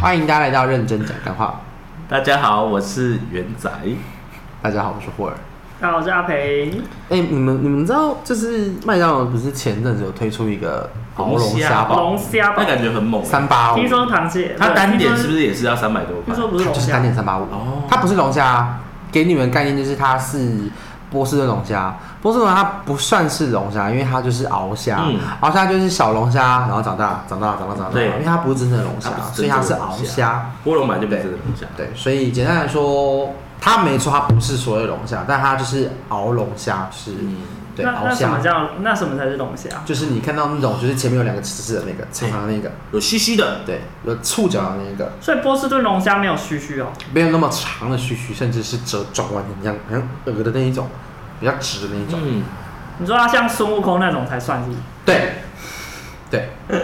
欢迎大家来到认真讲干话。大家好，我是元仔。大家好，我是霍尔。大家好，我是阿培。哎、你们你们知道，就是麦当劳不是前阵子有推出一个红龙虾堡龙虾堡哦那感觉很猛。三八五听，说螃蟹，它单点是不是？是也是要三百多块听？说不是它龙就是单虾，点三八五哦，它不是龙虾啊。给你们概念就是它是波士顿龙虾，波士顿龙虾它不算是龙虾，因为它就是鳌虾嗯，鳌虾就是小龙虾，然后长大长大长大长大，对因为它不是真正的龙虾它，不所是以真它正的是龙鳌虾虾。波龙买就不是真的龙虾。对，所以简单来说，它没错，它不是所有龙虾，但它就是鳌龙虾，是、嗯对那鳌那什么虾，叫那什么才是龙虾？就是你看到那种就是前面有两个刺刺的那个，长长的那个，有须须的，对，有触角的那个，所以波士顿龙虾没有须须哦，没有那么长的须须，甚至是折转弯的一样，好像鹅的那一种，比较直的那一种，嗯，你说它像孙悟空那种才算是对，对，对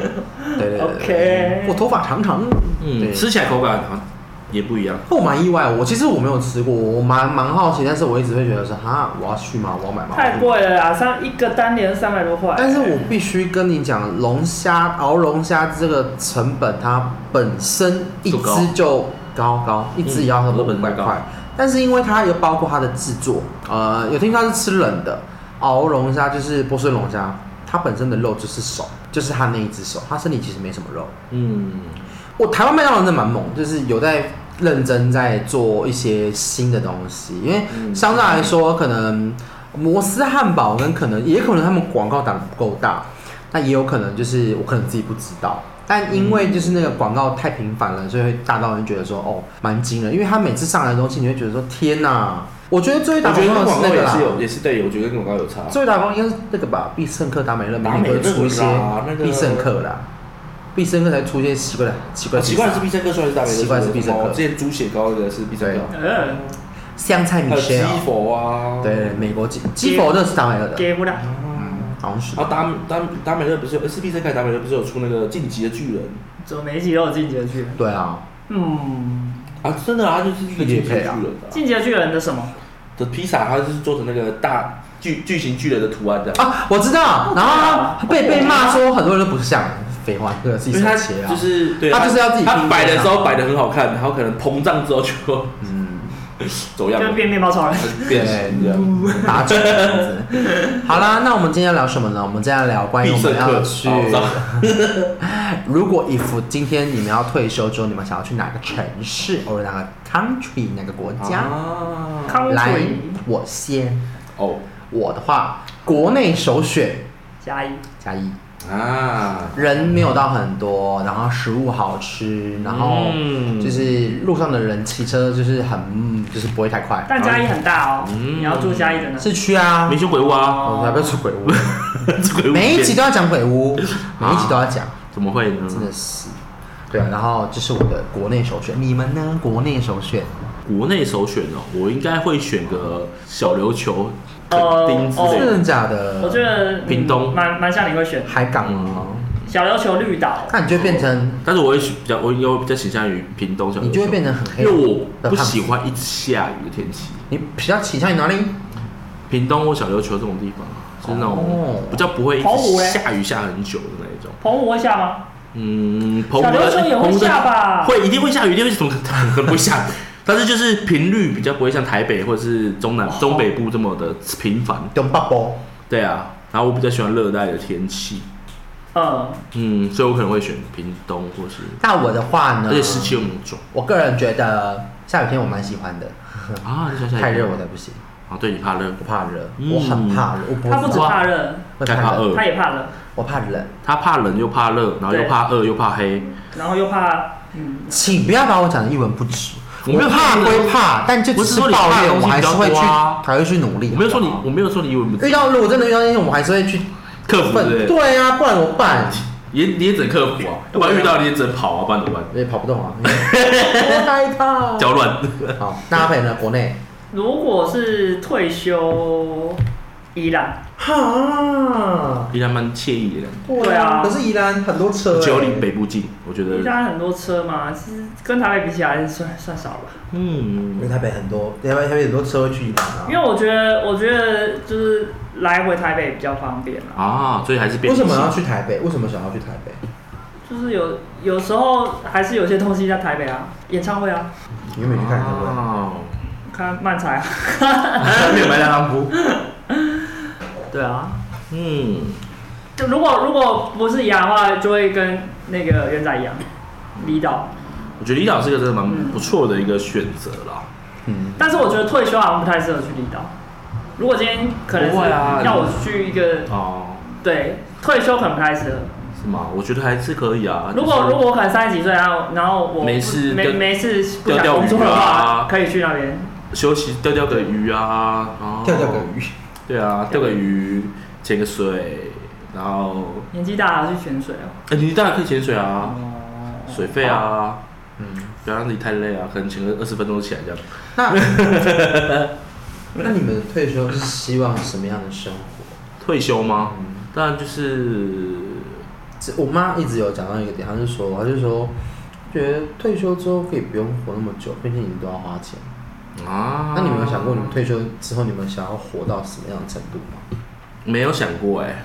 对对对 OK 我头发长长，对嗯，吃起来口感好像也不一样。我蛮意外，我其实我没有吃过，我蛮蛮好奇，但是我一直会觉得说，哈，我要去吗？我要买吗？太贵了啦，像一个单点三百多块。但是我必须跟你讲，龙虾熬龙虾这个成本，它本身一就高只就高高，一只也要差不多五百嗯块。但是因为它有包括它的制作，呃，有听说它是吃冷的，熬龙虾就是波士顿龙虾，它本身的肉就是手，就是它那一只手，它身体其实没什么肉。嗯，我台湾麦当劳真的蛮猛，就是有在认真在做一些新的东西，因为嗯相对来说，可能摩斯汉堡跟可能也可能他们广告打的不够大，那也有可能就是我可能自己不知道。但因为就是那个广告太频繁了，所以会大到人觉得说哦，蛮惊人。因为他每次上来的东西，你会觉得说天哪！我觉得最会我打觉广告得跟的是广那告个也啦是，有，也是对，我觉得跟广告有差。最会打广告应该是那个吧，必胜客达美乐，每达美年乐都会出一些啦那个必胜客啦，必胜客才出一些奇怪的奇怪的哦披奇萨怪是必胜客算是大美乐奇怪是必胜客什么哦之前猪血糕的是必胜客，呃，香菜米还有线鸡啊，佛啊，对，美国鸡鸡佛那是达美乐的，给不了。嗯，好像是然。后达达达美乐不是有，呃是必胜客还是达美乐不是有出那个晋级的巨人怎么每一集都有进击的巨人？对啊，嗯，啊？真的啊，它就是一个晋级的巨人啊进击的巨人的什么？的披萨，它就是做成那个大巨巨型巨人的图案这样。啊，我知道。然后他被被骂说很多人都不像废话，这个自己因为手它切啊就，是对，它就是要自己拼它的摆的啊时候摆的很好看，然后可能膨胀之后就嗯， 走样就了是，变面包超人。变形这样。打准这样子。 好啦，那我们今天要聊什么呢？我们今天要聊关于必我胜们客要去，好糟 如果 if 今天你们要退休之后，你们想要去哪个城市，或者哪个 country 哪个国家？啊康来水，我先，哦我的话，国内首选加一，加一。啊，人没有到很多，然后食物好吃，然后嗯就是路上的人骑车就是很，嗯就是不会太快。但加一很大哦，嗯你要住加一的呢。市区啊，熊鬼屋啊，我才不要出鬼屋， 鬼屋每一片集都要讲鬼屋，啊每一集都要讲，怎么会呢？真的是。对啊，然后这是我的国内首选，你们呢？国内首选，国内首选哦，我应该会选个小琉球、垦哦丁之类真的。的假我觉的？得你屏东蛮蛮像你会选海港吗？嗯小琉球绿岛，那你就会变成，但是我会选比较，我应该会比较倾向于屏东小琉球，你就会变得很黑因为我的不胖子喜欢一直下雨的天气。你比较倾向于哪里？屏东或小琉球这种地方，就是那种哦比较不会一澎直湖嘞下雨下很久的那一种。澎湖会下吗？嗯，澎湖小琉的球也会澎湖的下吧会一定会下雨，一定会怎么可能不会 下？但是就是频率比较不会像台北或者是中哦南中北部这么的频繁。东北波，对啊，然后我比较喜欢热带的天气，嗯，嗯，所以我可能会选屏东或是，那我的话呢而？且湿气又很重我个人觉得下雨天我蛮喜欢 的，啊，你想想太热我才不行。啊，对你怕热，我怕热，嗯我很怕热，我不他不止我怕热，会怕他怕冷，饿他也怕冷，我怕冷，他怕冷又怕热，然后又对怕饿又怕黑，然后又怕嗯请不要把我讲的一文不值。我我没没有有怕说归怕，但就只我只是抱说你怕的怨，东西我还是会比去较多啊，还会去努力。我没有说你，我没有说你以为不遇到如果真的遇到那些，我还是会去克服对不奋。对？对啊，不然怎么办？也你也只能克服啊，要不然遇到你也只能跑啊，不然怎么办？我也跑不动啊，我害怕。 脚软。 好，那阿培呢？国内如果是退休，宜兰，哈，依然蛮惬意的。对啊可是宜兰很多车、欸只有离北部近，我觉宜得，兰很多车嘛，其实跟台北比起来算算少吧。因嗯为，台北很多，台北台北很多车会去宜兰啊。因为我觉得，我觉得就是来回台北比较方便啦。啊，所以还是变为什么要去台北？为什么想要去台北？就是有有时候还是有些东西在台北啊，演唱会啊，你有没有去看演唱会？哦，看漫才啊， 哎没有买两 张布，对啊。嗯，就如果如果不是牙的话，就会跟那个元仔一样，离岛。我觉得离岛是个真的蛮嗯不错的一个选择啦。嗯，但是我觉得退休好像不太适合去离岛。如果今天可能不会啊是要我去一个、哦，对退休，可能不太适合。是吗？我觉得还是可以啊。如就果是如果我可能三十几岁，然后然后我没事没钓没事不想钓钓鱼啊工作的话，可以去那边。休息钓钓个鱼啊，然后钓钓个，鱼，对啊，钓个鱼，潜个水，然后，年纪大了去潜水哦。哎，你当然可以潜水啊，哦水费啊，嗯，不要让自己太累啊，可能潜个二十分钟起来这样。那嗯那你们退休是希望什么样的生活？退休吗？嗯，当然就是这我妈一直有讲到一个点，她就说，她就说，觉得退休之后可以不用活那么久，毕竟你都要花钱。啊。那你有没有想过，你们退休之后，你们想要活到什么样的程度吗？没有想过哎、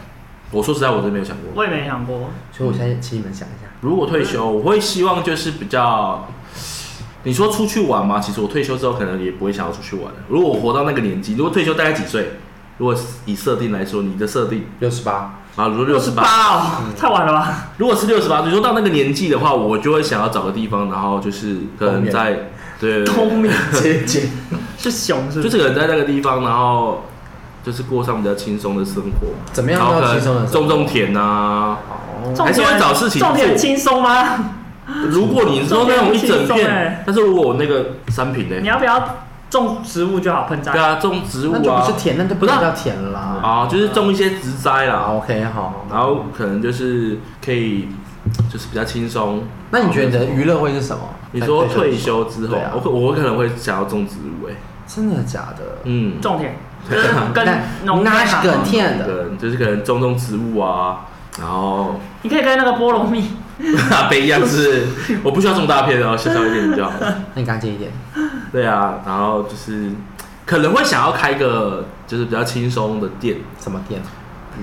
我说实在，我真的没有想过。我也没想过。所以我现在请你们想一下。如果退休，我会希望就是比较，你说出去玩吗？其实我退休之后可能也不会想要出去玩了。如果我活到那个年纪，如果退休大概几岁？如果以设定来说，你的设定六十 八，啊，如果六十十八，嗯八哦，太晚了吧？ 如果是六十八岁，说到那个年纪的话，我就会想要找个地方，然后就是可能在对，对对冬眠姐姐，是熊是不？就是是可能在那个地方，然后就是过上比较轻松的生活。怎么样然后叫可轻松的能生种活种田啊，哦，重还是点会找事情重点做轻松吗？啊如果你说那种一整种田很轻松欸片，但是如果我那个三品你呢？要不要种植物就好，盆栽对？啊，种植物那就不啊是，甜，那就不不是啊叫甜了啦。啊，就是种一些植栽啊啦， ，OK，好。然后可能就是可以，就是比较轻松。那你觉得你的娱乐会是什么？你说退休之后对啊，我可我可能会想要种植物诶，真的假的？嗯，种田，就是跟农那田啊是嘛个甜可的，能啊就是可能种种植物啊，然后 你可以跟那个菠萝蜜，不一样 是，我不需要种大片哦，小小一点就好了。那你干净一点。对啊，然后就是可能会想要开个就是比较轻松的店。什么店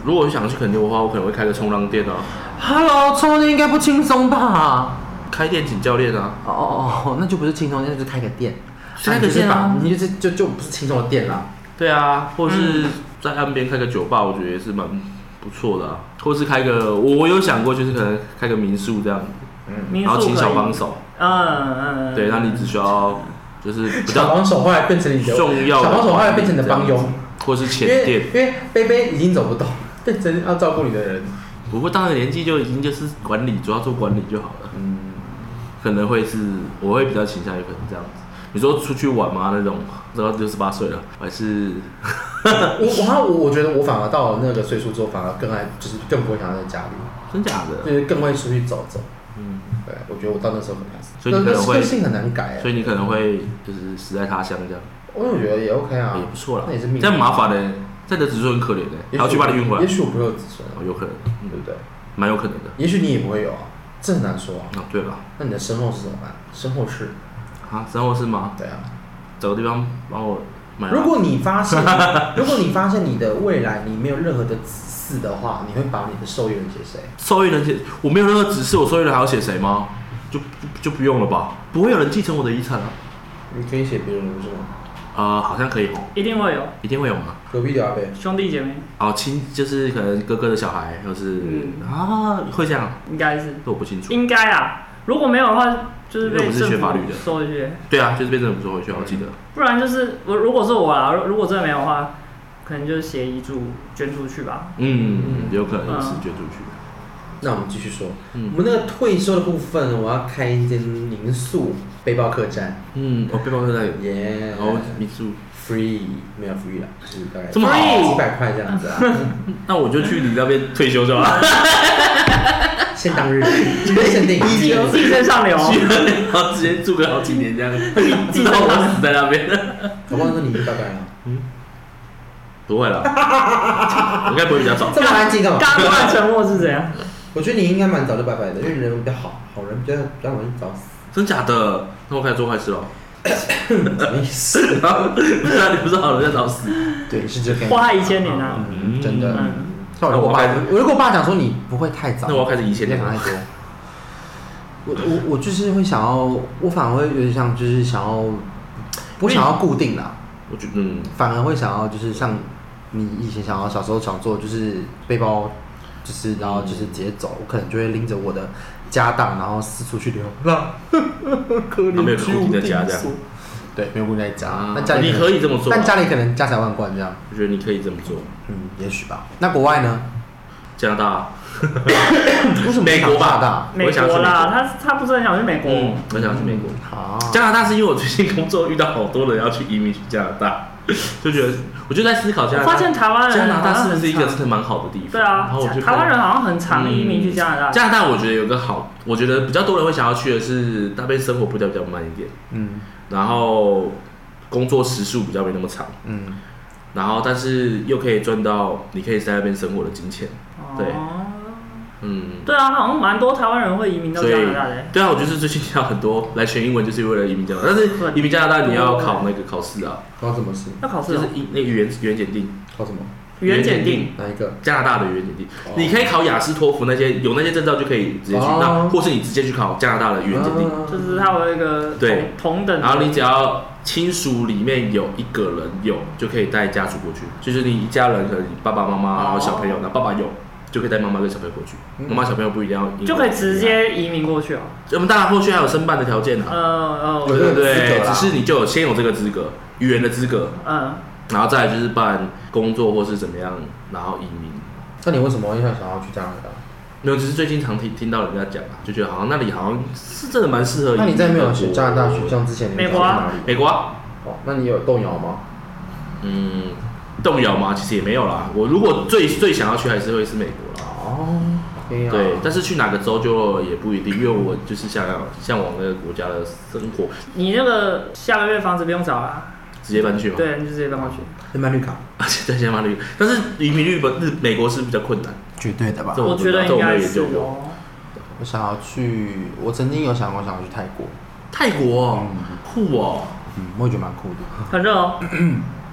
如果我想去垦丁的话，我可能会开个冲浪店啊， ？Hello，充电应该不轻松吧？开店请教练啊。哦哦哦，那就不是轻松，那就是开个店。开个店啊啊你就是把你就是就就不是轻松的店啦。对啊，或是嗯在岸边开个酒吧，我觉得也是蛮不错的、啊。或是开个，我我有想过，就是可能开个民宿这样，民然后宿请小可帮以，手，嗯嗯，对，那你只需要就是比小较帮手后来变成你的 重要的小帮手后来变成你的帮这佣样，或是因前为店。因为贝贝已经走不动， 变成要照顾你的 人。不过到那个年纪就已经就是管理，主要做管理就好了。嗯，可能会是我会比较倾向于可能这样子。你说出去玩吗？那种，然后六十八岁了，我还是我我好像我我觉得我反而到了那个岁数之后，反而更爱就是更不会想要在家里，真假的，就是更会出去走走。嗯，对，我觉得我到那时候可能还是，所以你可能会那个性很难改、欸所以你可能会就是死在他乡这样，我也觉得也 OK 啊，也不错啦。那也是命。这样麻烦的，这样的子孙很可怜的，也许还要去把你运回也来，许我不会有子孙、啊，哦有可能，嗯对不对？蛮有可能的。也许你也不会有啊，这很难说啊。啊，对吧？那你的身后事怎么办？身后事，啊，然后是吗？对啊。找个地方帮我买啊。如果你发现， 如果你发现你的未来你没有任何的子嗣的话，你会把你的受益人写谁？受益人写，我没有任何指示，我受益人还要写谁吗？就就就不用了吧？不会有人继承我的遗产啊？你可以写别人的是吗？呃，好像可以哦，一定会有一定会有吗？隔壁的阿贝，兄弟姐妹，哦，亲就是可能哥哥的小孩，或是、嗯啊，会这样，应该是这我不清楚。应该啊，如果没有的话，就是因为被我是政学法律府的收一些，对啊，就是被政府收回去，我记得。不然就是我如果是我啊，如如果真的没有的话，可能就是写遗嘱捐出去吧。嗯，嗯有可能也是嗯捐出去。那我们继续说，嗯我们那个退休的部分，我要开一间民宿背包客栈，嗯，哦，背包客栈有，耶、然后民宿， free 没有 free 啦，就是大概哦这么好几百块这样子啊，那我就去你那边退休就好了。限当日，限定寄 寄生上流，去那哦边然后直接住个好几 年这样，知寄生道我上死在那边。啊我忘了你一百块了，嗯嗯，不 会了，我应该不会比较早。这么安静干嘛？刚刚突然沉默是怎样？我觉得你应该蛮早就拜拜的，因为人比较好，好人比较比较容易早死。真假的？那我开始做坏事了。什么意思？ 然后不是啊，你不是好人在找死。 对，是这个概念。祸害一千年啊！嗯，真的。嗯像我跟我爸，我就跟我爸讲说你不会太早，那我要开始移线你了别想太多。我我我就是会想要，我反而会有点像，就是想要，不想要固定啦，我觉得嗯，反而会想要就是像你以前想要小时候想做，就是背包，就是然后就是直接走，我可能就会拎着我的家当，然后四处去流浪， 可然后啊没有怜固定的家居无这样定所。对，没有固定在家啊，那家里你可以这么做啊但家里可能家财万贯这样，我觉得你可以这么做。嗯，也许吧。那国外呢？加拿大，为什么嗯美国吧加拿大？美我想去国啦，美他他不是很想去美国，嗯，我想去美国。好，加拿大是因为我最近工作遇到好多人要去移民去加拿大， 就觉得我就在思考加拿我大。发现台湾人加拿大是不是一好个像很啊真的蛮好的地方？对啊然后我就，台湾人好像很常嗯移民去加拿大。加拿大，我觉得有个好，我觉得比较多人会想要去的是，那边生活步调比较慢一点，嗯然后工作时数比较没那么长，嗯。然后但是又可以赚到你可以在那边生活的金钱，对哦嗯，对啊，好像蛮多台湾人会移民到所加以拿大的。对啊，我就是最近要很多来学英文，就是为了移民加拿大，但是移民加拿大你要考那个考试啊，考什么试？要考试就哦是，英那个语言语言检定，考什么？语言检定，哪一个？加拿大的语言检定哦，你可以考雅思、托福那些有那些证照就可以直接去，哦那或是你直接去考加拿大的语言检定。啊就是它有一个对同同等的。然后你只要亲属里面有一个人有，就可以带家属过去，就是你一家人，可能你爸爸妈妈，哦然后小朋友，然后爸爸有，就可以带妈妈跟小朋友过去。嗯妈妈小朋友不一定要英文，就可以直嗯接移民过去哦。我们当然后续还有申办的条件呃啊，呃，我有对这不个资对格？啦只是你就有先有这个资格，语言的资格，嗯，然后再来就是办工作或是怎么样，然后移民。那你为什么会想想要去加拿大？没有，只是最近常听听到人家讲啊，就觉得好像那里好像是真的蛮适合移民的。那你在没有学加拿大学校之前，你美有国想啊去哪里？美国啊？哦，那你有动摇吗？嗯，动摇吗？其实也没有啦。我如果最最想要去，还是会是美国啦。哦，可以啊对，但是去哪个州就也不一定，因为我就是想要向往那个国家的生活，你那个下个月房子不用找啦，直接搬去 嘛。，对，你就直接搬过去。先办绿卡，而且在先搬去，但是移民日本日美国是比较困难。绝对的吧这我觉这得应我没该有研是究过哦。我想要去，我曾经有想过想要去泰国，泰国哦嗯酷哦，嗯，我也觉得蛮酷的。很热哦，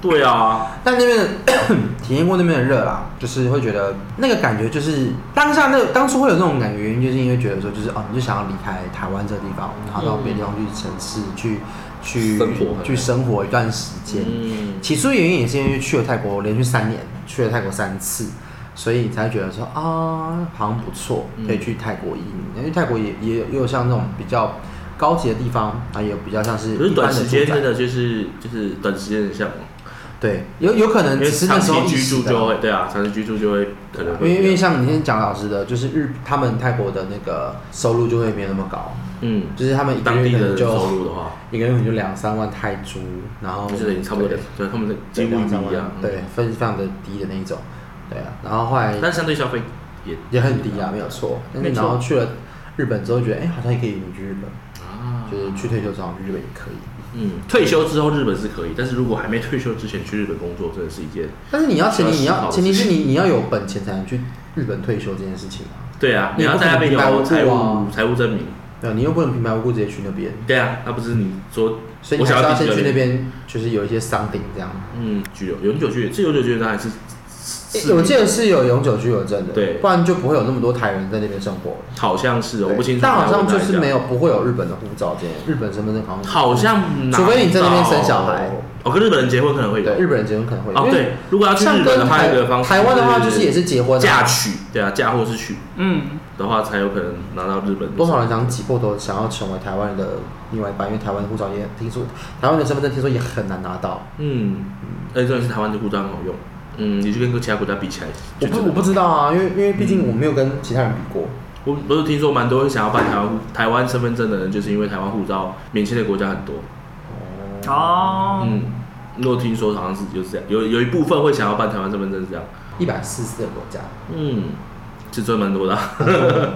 对啊，但那边的 体验过那边的热啦，就是会觉得那个感觉，就是当下那个当初会有那种感觉，原因就是因为觉得说，就是哦，你就想要离开台湾这个地方，然后到别的地方去城市去去生活去生活一段时间。嗯，起初原因也是因为去了泰国，连续三年去了泰国三次，所以你才觉得说啊，好像不错，嗯可以去泰国移民。因为泰国也也也有像那种比较高级的地方，啊，也有比较像是可是一般短的时住间真宅。的就是就是短时间的向往，对，有有可能因只为是长那时候期意居识住的就会对啊，长期居住就会可能因会为因为像你先讲老师的，就是日他们泰国的那个收入就会没有那么高，嗯，就是他们一个当月地可能的就收入的话，一个月可能就两三万泰铢，然后就是已经差不多对两，对他们的对几乎两一三万样，嗯对，非非常的低的那一种，对啊，然后后来但是相对消费也也很低啊，没有错。但是没错然后去了日本之后，觉得哎、好像也可以移民去日本，啊，就是去退休之后去日本也可以。嗯，退休之后日本是可以，但是如果还没退休之前去日本工作，真的是一件但是你要前提你需要思要考的前提是事你你要有本钱才能去日本退休这件事情啊，对啊，你你不要可在那边能平白无有故财啊务财务证明，对啊，你又不能平白无故直接去那边，对啊，那不是你说所以我你还想是要定先去居的那地方，边，就是有一些商定这样。嗯，居留永久居留，这永久居留当然是诶我记得是有永久居留证的，对不然就不会有那么多台人在那边生活。好像是哦我不清楚，但好像就是没有，有不会有日本的护照这样，日本身份证好像好像拿除非你在那边不到生小孩，哦，跟日本人结婚可能会有对，日本人结婚可能会有哦，因为对，如果要去像日跟本的话，台一个方式台湾的话就是也是结婚啊嫁娶，对啊，嫁或是娶嗯，的话才有可能拿到日本的多少人想挤破头想要成为台湾人的另外一半，因为台湾的护照也听说，台湾的身份证听说也很难拿到。嗯，而且重点是台湾的护照很好用。嗯，你去跟其他国家比起来，我就不嗯真的我不知道啊，因为因为毕竟我没有跟其他人比过。我不是听说蛮多想要办台湾台湾身份证的人，就是因为台湾护照免签的国家很多。哦，嗯，我听说好像是就是这样，有有一部分会想要办台湾身份证是这样。一百四十个国家，嗯，是赚蛮多的啊、那 蛮多，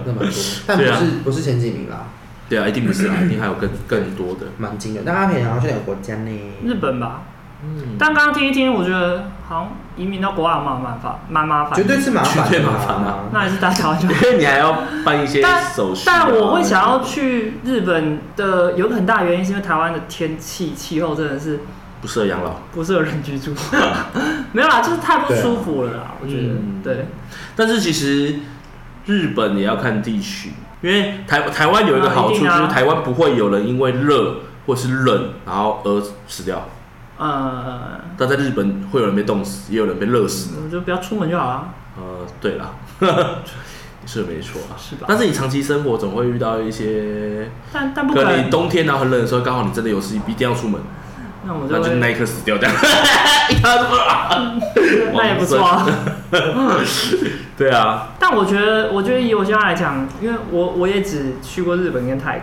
但不对啊是不是前几名啦，对啊，一定不是啊，一定还有更更多的。蛮惊人。那阿培想要去哪个国家呢？日本吧， 嗯，但刚刚听一听，我觉得好像移民到国外蛮蛮烦，蛮麻烦的。绝对是麻烦、啊，绝对麻烦啊那还是大台湾就好。 因为你还要办一些但手续、啊但我会想要，去日本的，有一个很大原因是因为台湾的天气气候真的是不适合养老。不适合人 居住，没有啦，就是太不舒服了啦，我觉得。嗯对，但是其实日本也要看地区，因为台台湾有一个好啊一处、定啊就是台湾不会有人因为热或是冷然后而死掉，呃，但在日本会有人被冻死，也有人被热死。我们就不要出门就好了，呃，对啦， 是没错啊。是吧？但是你长期生活总会遇到一些，但但不可可能你能，冬天然后很冷的时候，刚好你真的有事一定要出门，那我那就就会那一刻死掉这样， 一下子啊那也不错啊。对啊， 但我觉得，我觉得以我现在来讲，因为我我也只去过日本跟泰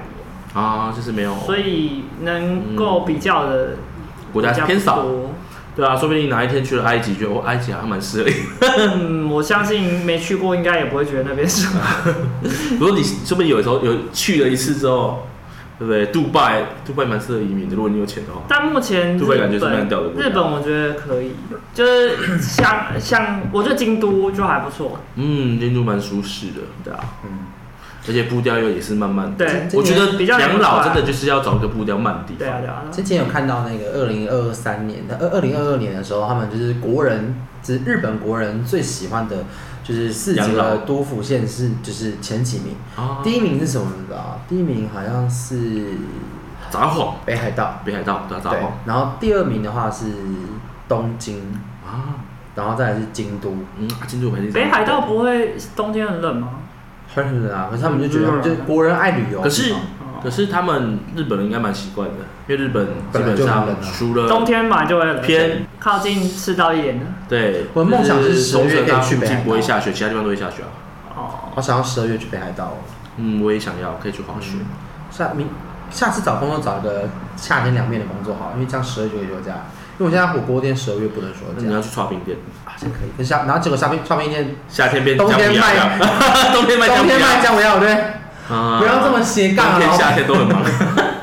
国，啊，就是没有，所以能够比较的国家比较嗯偏不少，多对啊，说不定哪一天去了埃及，觉得哦，埃及好像蛮适合你。 嗯，我相信没去过应该也不会觉得那 边是。如果你说不定有时候有去了一次之后，对不对？杜拜，杜拜蛮适合移民的，如果你有钱的话。但目前日杜拜感本觉是蛮屌的国家日本我觉得可以，就是像像我觉得京都就还不错，嗯，印度蛮舒适的，对啊，嗯，而且步调又也是慢慢的。对这我觉得比较养明老白真的就是要找一个步调慢的地对啊方。对啊，之前有看到那个二零二三年的二二零二二年的时候，他们就是国人，就是日本国人最喜欢的，就是四级养老的都府县是就是前几名。啊，第一名是什么？你知道吗？第一名好像是札幌，北海道，北海道对啊，札对幌。然后第二名的话是东京，啊，然后再来是京都，嗯，啊京都肯定。北海道，不会冬天很冷吗？很冷啊。可是他们就觉得，他们就是国人爱旅游。可是可哦是他们日本人应该蛮习惯的，因为日本基本来本就很上冷啊除了冬天嘛就会冷，呃偏靠近赤道一点的对，我的梦想是就是十月冲绳可以它去附北海近道不会下雪，其他地方都会下雪啊。哦，我想要十二月去北海道哦，嗯，我也想要，可以去滑雪。嗯下明下次找工作找一个夏天两面的工作好了，因为这样十二月就可以休假。因为我现在火锅店十二月不能休那假你，要去刨冰店，啊，这可以。可是夏，然后结果夏冰夏冰店夏天变冬天姜母鸭卖这样 冬天卖姜冬母天卖鸭，姜母鸭，对不对？啊不要这么斜杠冬啊！天老夏板天都很忙，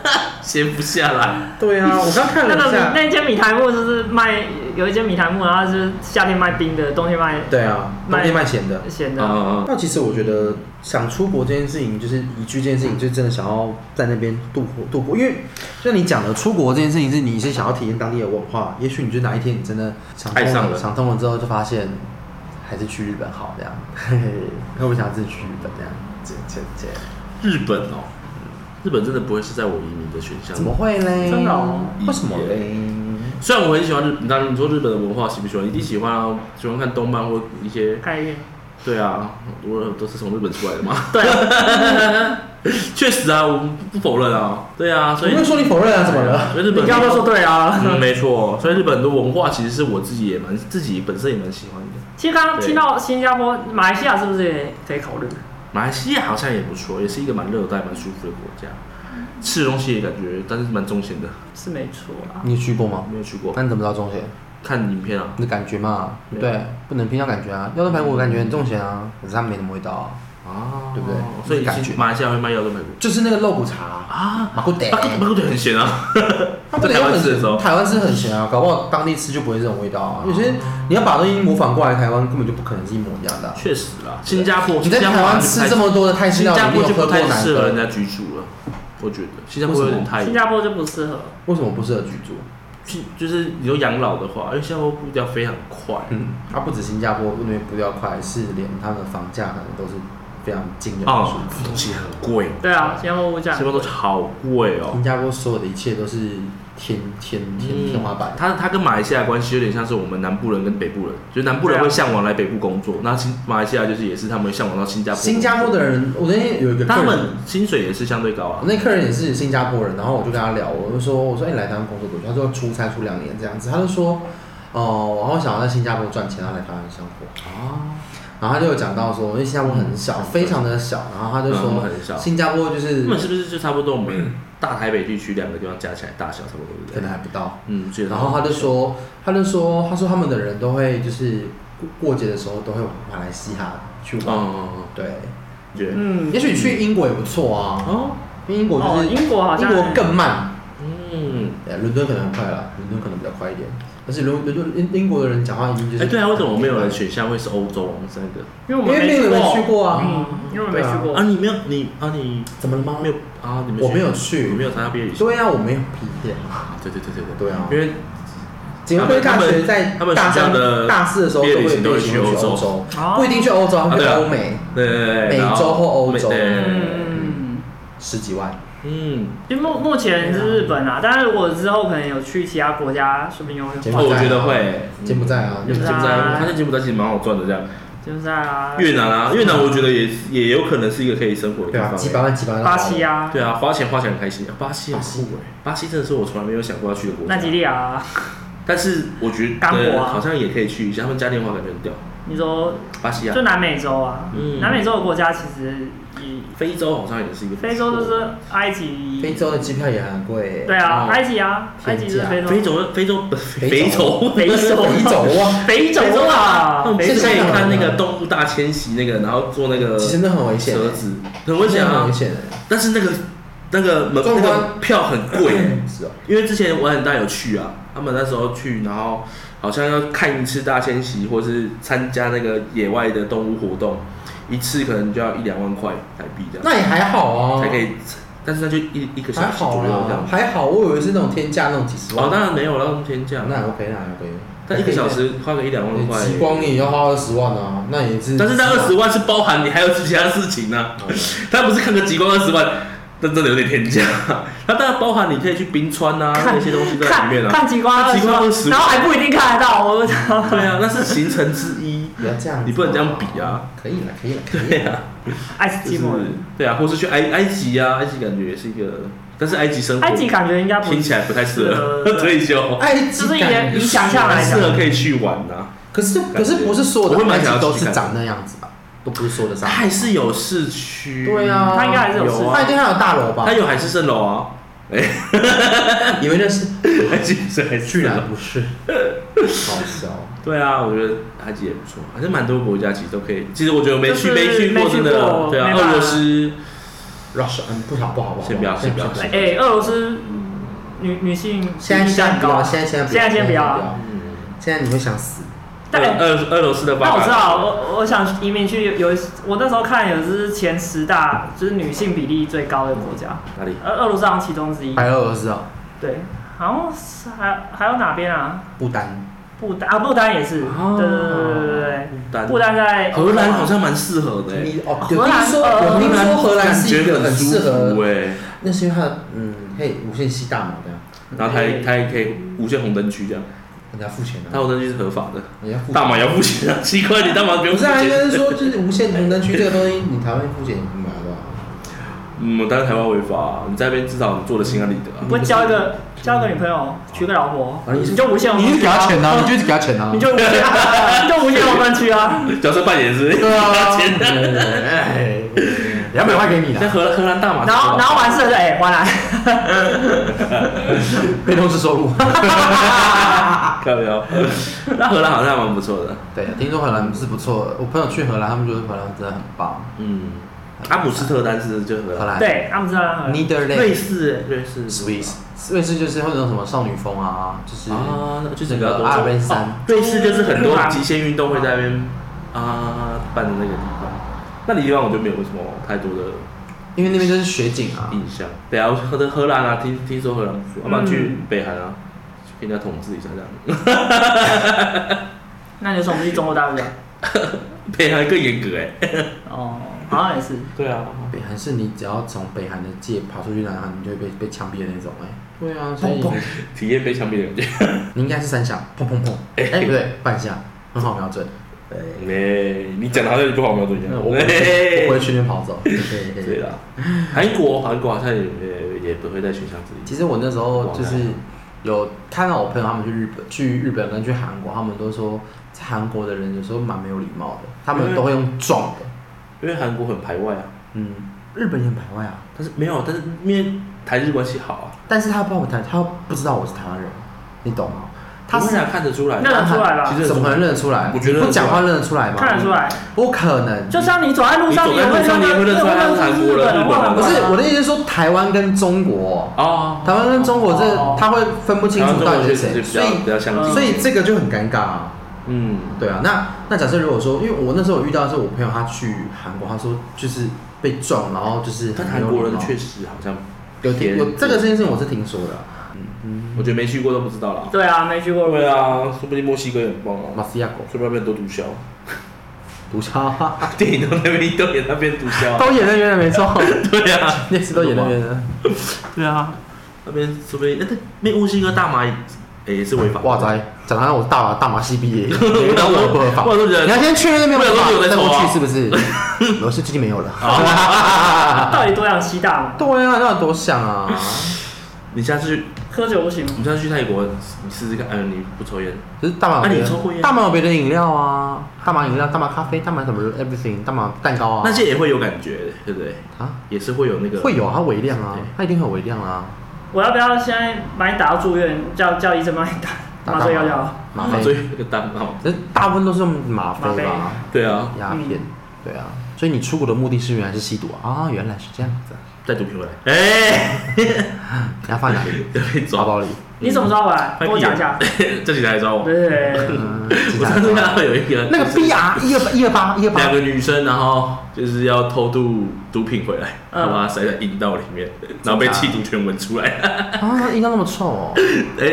闲不下来。对啊，我刚看那了一个米下，那间米苔木就是卖有一间米苔木，然后就是夏天卖冰的，冬天卖对啊，卖冬天卖咸的。咸的。嗯，那其实我觉得想出国这件事情，就是移居这件事情，就真的想要在那边度过度过。因为就像你讲的，出国这件事情是你是想要体验当地的文化，也许你就哪一天你真的想通爱上了想通了之后，就发现还是去日本好这样。嘿嘿，那我想自己去日本这样，这这这日本哦，日本真的不会是在我移民的选项怎。么会嘞？真的哦为什么嘞？虽然我很喜欢日，你当然你说日本的文化喜不喜欢，一定喜欢啊，喜欢看动漫或一些概念对啊，我都是从日本出来的嘛。对啊， 确实啊，我不否认啊。对啊，我所以没有说你否认啊，怎么了？ 所以日你本刚刚都说对啊。嗯，没错。所以日本很多文化其实是我自己也蛮自己本身也蛮喜欢的。其实刚刚听到新加坡、马来西亚是不是也可以考虑？马来西亚好像也不错，也是一个蛮热带、蛮舒服的国家，吃的东西也感觉，但是蛮中咸的。是没错啊啦。你去过吗？没有去过，那你怎么知道中学？看影片啊。你的感觉嘛，对不对对？不能拼到感觉啊，腰炖排骨我感觉很重咸啊，可是它没什么味道啊，啊对不对所以感觉其实马来西亚会卖腰炖排骨就是那个肉骨茶，啊，马古德，排骨排骨腿很咸啊。它不得在台湾很吃的时候咸，台湾是很咸啊，搞不好当地吃就不会这种味道啊。哦有些你要把东西模仿过来，台湾根本就不可能是一模一样的啊。确实啦，新加坡你在新加坡台湾好像就不吃太这么多的泰式新料加理，你坡有就喝不过太哪适合人个？家居住了，我觉得新加坡有点太新加坡就不适合，为什么不适合居住？去就是你说养老的话，因为新加坡步调非常快，嗯，它不止新加坡那边步调快，是连它的房价可能都是非常惊人的数哦，字。东西很贵，对啊，新加坡物价新加坡都好贵哦新。加坡所有的一切都是天天嗯天嗯天花板。它它跟马来西亚的关系有点像是我们南部人跟北部人，就是南部人对啊会向往来北部工作，那新马来西亚就是也是他们向往到新加坡。新加坡的人，我那天有一个客他人嗯们薪水也是相对高我啊，那客人也是新加坡人，然后我就跟他聊，我就说，我说，哎、你来台湾工作多久？他说出差出两年这样子。他就说，哦、然后想要在新加坡赚钱，然后来台湾生活。啊，然后他就有讲到说，因为新加坡很小，嗯非常的小。然后他就嗯说，很少新加坡就是他们是不是就差不多我们大台北地区两个地方加起来大小差不多，对不可对能？还不到。嗯，所以然后他就说，他就说，他说他们的人都会就是过过节的时候都会往马来西亚去嗯，玩。嗯嗯嗯对，对，嗯也，许去英国也不错啊，哦，因为英国就哦是、英国好像英国更慢。嗯，对，伦敦可能很快了，伦敦可能比较快一点。边，而且伦伦英英国的人讲话一定就哎，是对啊，为什么没有人选项会是欧洲那个？因为我因们为没没有人过，去过啊嗯，因为我们没去过啊，，你没有你啊你怎么了吗？没有啊？你们我没有去我没有参加毕业旅行。对啊，我没有毕业。啊，对对对对对，对啊，因为警卫大学在他们大他三们暑假的、大四的时候都毕业旅会行都被会请去去欧洲欧洲哦，不一定去欧洲，他们去啊对啊欧美，对对对，美然后洲或欧洲美对对对对对嗯，十几万。嗯，因为目目前是日本啊，但是我之后可能有去其他国家，说不定有柬哦，埔我寨觉得会柬埔寨啊嗯柬埔寨，我发现柬埔寨其实蛮好赚的，这样。就是在啊，越南啊，越南我觉得也也有可能是一个可以生活的地嗯对啊，方。几百万几百万。巴西，啊，对啊，花钱花钱很开心。啊巴西很酷哎，巴西真的是我从来没有想过要去的国家。奈及利亚啊，但是我觉刚果得啊好像也可以去一下，他们嘉年华感觉很屌。你说巴西啊就，南美洲啊，嗯南美洲的国家其实以非洲好像也是一个不错。非洲就是埃及，非洲的机票也很贵。对啊，哦埃及啊，埃天及是价非洲，非洲非洲不是非非洲洲非洲非洲啊，非非洲 啊，那我们非之洲前现在看那个动物大迁徙那个，然后做那个其实那很危险欸车，子，很危险真的啊很危。险的。但是那个那个门壮那观个票很贵欸，是哦，因为之前我很大有去啊，他们那时候去，然后好像要看一次大迁徙，或是参加那个野外的动物活动，一次可能就要一两万块台币这样，那也还好啊，才可以，但是那就一一个还小时好啊左右这啦样，。还好，我以为是那种天价那种几十哦万，，当然没有那种天价，那还 OK，那还 OK。但一个小时花个一两万你块，极光你也要花二十万啊，那也是。啊但是那二十万是包含你还有其他事情啊呢、哦他不是看个极光二十万，那真的有点天价。他当然包含你可以去冰川啊，看那些东西都在里面看啊。看极光看极光二20十万然后还不一定看得到，我操！对啊，那是行程之一。不要这样，你不能这样比啊！可以了，可 以了，可以对了。啊，埃及就是 寂寞人，对啊，或是去埃埃及啊，埃及感觉也是一个，但是埃及生活埃及感觉应该不听起来不太适合对对 对退休，埃就及是感以以想象来蛮适合讲，可以去玩呐、啊，可是可是不是所有我会的蛮埃想要及都去是看长那样子吧？啊都不是说得上。它还是有市区，对啊，它应该还是有市啊，它一定还有大楼吧它？有海市蜃楼啊， 以为那是，埃及不是海市居蜃楼然，不 是，好笑。对啊，我觉得埃及也不错，还是蛮多国家其实都可以。其实我觉得没去就是没去过，没去真的过对啊，没办俄法罗斯 Rush，嗯，不好不好不好，先不要先不要现先在哎，俄罗斯女女性现在比例先很不高要，啊，现在现在现在先不要啊。要，现在你会想死。但哎俄俄俄罗斯的那爸我知道，爸，我我想移民去有，我那时候看有是前十大就是女性比例最高的国家，哪里？俄俄罗斯好像其中之一。白俄罗斯哦，对，好像是还还有哪边啊？不丹，不丹啊，不丹也是，哦对对对对对对不对，丹不丹在荷兰好像蛮适合的、欸，你哦，荷有兰听说呃有听说荷兰感是一觉个很舒适服合，哎、那是因为它的嗯，可以无限吸大麻的，然后它也它也可以无限红灯区这样，人家付钱它的，红灯区是合法的，人家付钱大麻也要付钱啊，奇怪，你大麻不用不付是啊，应钱？该是说就是无限红灯区这个东西，你台湾付钱也不买的啊。嗯，但是台湾违法、啊，你在那边至少你做的心安理得啊你。不会交一个交一个女朋友，娶个老婆，啊你是你就无限红灯区啊，啊，你就是给他钱啊你就无限 你就无限红灯 区啊，角色扮演是不是？对 啊，钱的哎两百块给你在啦，荷兰荷兰大麻，然后然后完事了就哎，完了，被动式收入。 看到没有？那荷兰好像还蛮不错的，对，听说荷兰是不错的，我朋友去荷兰，他们觉得荷兰真的很棒。嗯，阿姆斯特丹是不是就是荷荷兰，兰，对，阿姆斯特丹，瑞，Netherlands，士瑞士 Swiss，瑞士就是会有那种什么少女风啊，就是啊，那就是那个阿尔卑斯山哦瑞士就是很多极限运动会在那边啊办的那个地方，那里地方我就没有什么太多的因为那边就是雪景啊。嗯印象。对啊，荷荷兰啊，听听说荷兰不错，要不然去北韩啊，去给人家统治一下这样。 那你说我们去中国大陆啊？北韩更严格哎、哦，好像也是，对啊，北韩是你只要从北韩的界跑出去南韩，你就会被被枪毙的那种哎、对啊，所以砰体验被枪毙的感觉。你应该是三下，砰砰砰，哎、不对，半下，很好瞄准。 哎，你讲的好像你不好瞄准一样。我不会，我不会去那边跑走。对对对对啊啦，韩国韩国好像也也也不会在选项之一。其实我那时候就是有看到我朋友他们去日本、去日本跟去韩国，他们都说在韩国的人有时候蛮没有礼貌的，他们都会用撞的。因为韩国很排外啊，嗯，日本也很排外啊，但是没有，但是因为台日关系好啊，但是他不知道我台，他不知道我是台湾人，你懂吗？他不是会啊看得出来，那认得出来吧其实怎么可能认得出来？我觉得不讲话认得出来吗？看得出来，不可能。就像你走在路上，你走在路上你你也会认也会认出来认他是韩国人日日本人不不是是我的意思是说，台湾跟中国，哦，台湾跟中国这哦他会分不清台湾楚中到国底确是谁，实比所较比以较相近，所以这个就很尴尬啊。嗯，对啊，那那假设如果说，因为我那时候有遇到的是我朋友他去韩国，他说就是被撞，然后就是嗯但韩国人确实实好像，有听有这个事情我是听说的啊，我觉得没去过都不知道啦。对啊，没去过。对啊，说不定墨西哥也很棒马啊，斯亚狗说不定那边多毒枭，毒枭电影都那边都演那边毒枭啊，都演那边的没 错， 对啊，那次都演那边的，对啊，那边说不定那那墨西哥大麻也也是违法的，哇塞，讲到我大大马戏毕 业，你当我不合法我，都觉你得要先确认那边不合然法都有在再过抽啊去是不是？ 我是最近没有了。哦到底多想吸大麻？ 对啊，那有多想啊！你下次去，喝酒不行吗？你下次去泰国，你试试看，哎，你不抽烟，可是大麻有那别你的抽过烟大麻有别的饮料啊，大麻饮料、大麻咖啡、大麻什么 everything、大麻蛋糕啊，那些也会有感觉的，对不对？啊也是会有那个会有啊，它微量啊对，它一定会有微量啊。我要不要现在把你打到住院，叫叫医生帮你打打麻醉药就啊好？麻麻啡，醉那个单嘛，可是大部分都是用吗啡吧，对啊，鸦片嗯，对啊。所以你出国的目的是原来是吸毒啊，啊原来是这样子啊，带毒品回来，哎，你要放哪里？要被 抓包 包，包里。你什么时候回来？嗯跟我讲一下。这几天来抓我，对，嗯， 我上次看到有一个那个 B R 一二一二八一二两八，个女生，然后就是要偷渡毒品回来，嗯然后把它塞在阴道里面，然后被气毒犬闻出来， 啊，应该那么臭哦。哎，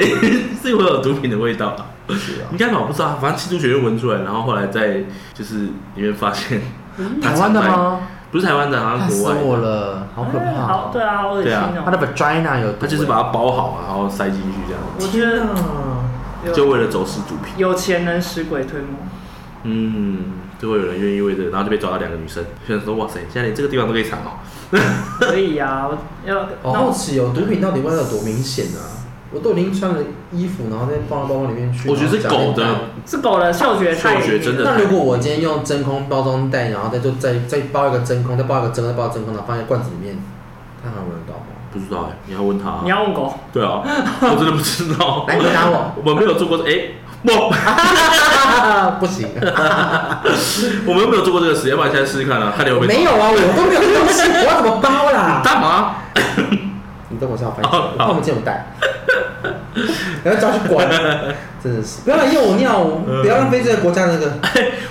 是会有毒品的味道啊。是啊应该吧，我不知道，反正吸毒犬就闻出来，然后后来在就是里面发现他 嗯台湾的藏在？吗？不是台湾的，好像吓国死外的。啊我了，好可哎怕好，哦。对啊，好恶心对哦。他的 vagina 有毒欸，他就是把它包好，然后塞进去这样，我觉得嗯有就为了走私毒品。有钱能使鬼推磨。嗯，就会有人愿意为这个，然后就被抓到两个女生。有人说：“哇塞，现在连这个地方都可以藏哦。可以啊，我要哦，那好我奇哦，毒品到底味道有多明显啊？我都已经穿了衣服，然后再放到包包里面”去。我觉得是然后狗夹链的，是狗的嗅觉太嗅觉真带。的那如果我今天用真空包装袋，然后再就再再包一个真空，再包一个真空，再包一个真空，然后放在罐子里面，它还闻得到吗？不知道哎，你要问他啊你。要问狗，对啊，我真的不知道。来回答我，我们没有做过这，哎，我不行， 我们没有做过这个实验，不然现在试试看啊，看你会不会没有啊，我都没有这东 西，我要怎么包啦？大麻。你等我下，我翻译，哦我怕我们今天不带，然后叫去管，真的是不要来用我尿哦，不要浪费这个国家的那个。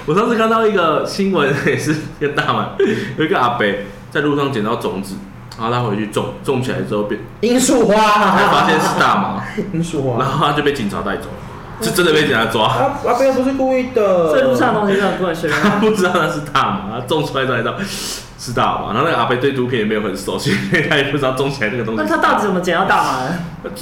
我上次看到一个新闻， 也是跟大麻， 有一个阿伯在路上捡到种子，然后他回去种，种起来之后变，罂粟花，才发现是大麻，罂粟花。然后他就被警察带走了，是真的被警察抓。阿阿贝不是故意的，这路上的东西真的不能随 便他拿。不知道那是大麻，他种出来才知道是大麻。然后那个阿伯对毒品也没有很熟悉，所以他也不知道种起来那个东西那是他大麻。到底怎么捡到大麻的？哎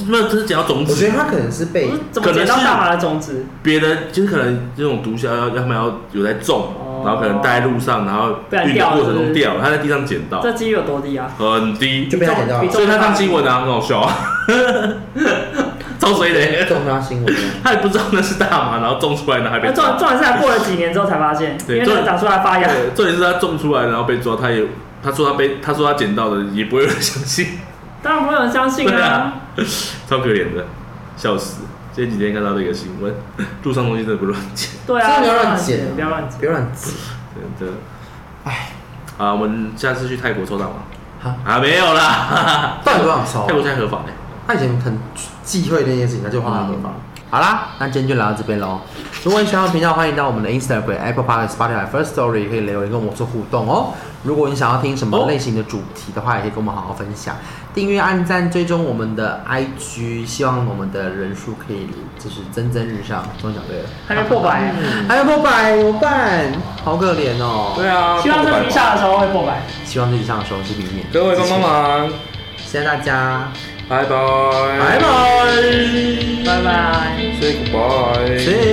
没有，只是捡到种我觉子。得他可能是被不是怎么捡到大麻的种子？别人就是可能这种毒枭要要他们要有在种哦，然后可能带在路上，然后不然运掉的了过程是中不是掉了，他在地上捡到这，几率有多低啊？很低就。被他捡到比了，所以他上新闻啊，很好笑啊，超衰的，中他新闻了。他也不知道那是大麻，然后种出来，然后还被那重抓。重点是还过了几年之后才发现，因对为那个长出来发芽。对重点是他种出来，然后被抓，他也他说他被他说他捡到的，也不会有人相信。当然不会有人相信对啊啊。超可怜的，笑死！这几天看到这个新闻， 路上东西真的不乱捡，对啊，真的不要乱捡啊不要乱捡。不要乱挤。真的。唉，啊，我们下次去泰国抽大麻好。啊，没有啦，到底多少抽泰？国现在合法欸嘞、他以前很忌讳那件事情，他就画他合法。嗯好啦，那今天就聊到这边喽。如果你喜欢我们频道，欢迎到我们的 Instagram、Apple Podcast、Spotify、First Story 可以留言跟我们做互动哦。如果你想要听什么类型的主题的话，也可以跟我们好好分享。订阅、按赞、追踪我们的 IG，希望我们的人数可以就是蒸蒸日上。终于讲对了，还没破百，还有破百怎么办？好可怜哦。对啊希望这集下的时候会破百。希望这集上的时候是明年。各位帮帮忙，谢谢大家，拜拜，拜拜，拜拜。 ，say goodbye。 See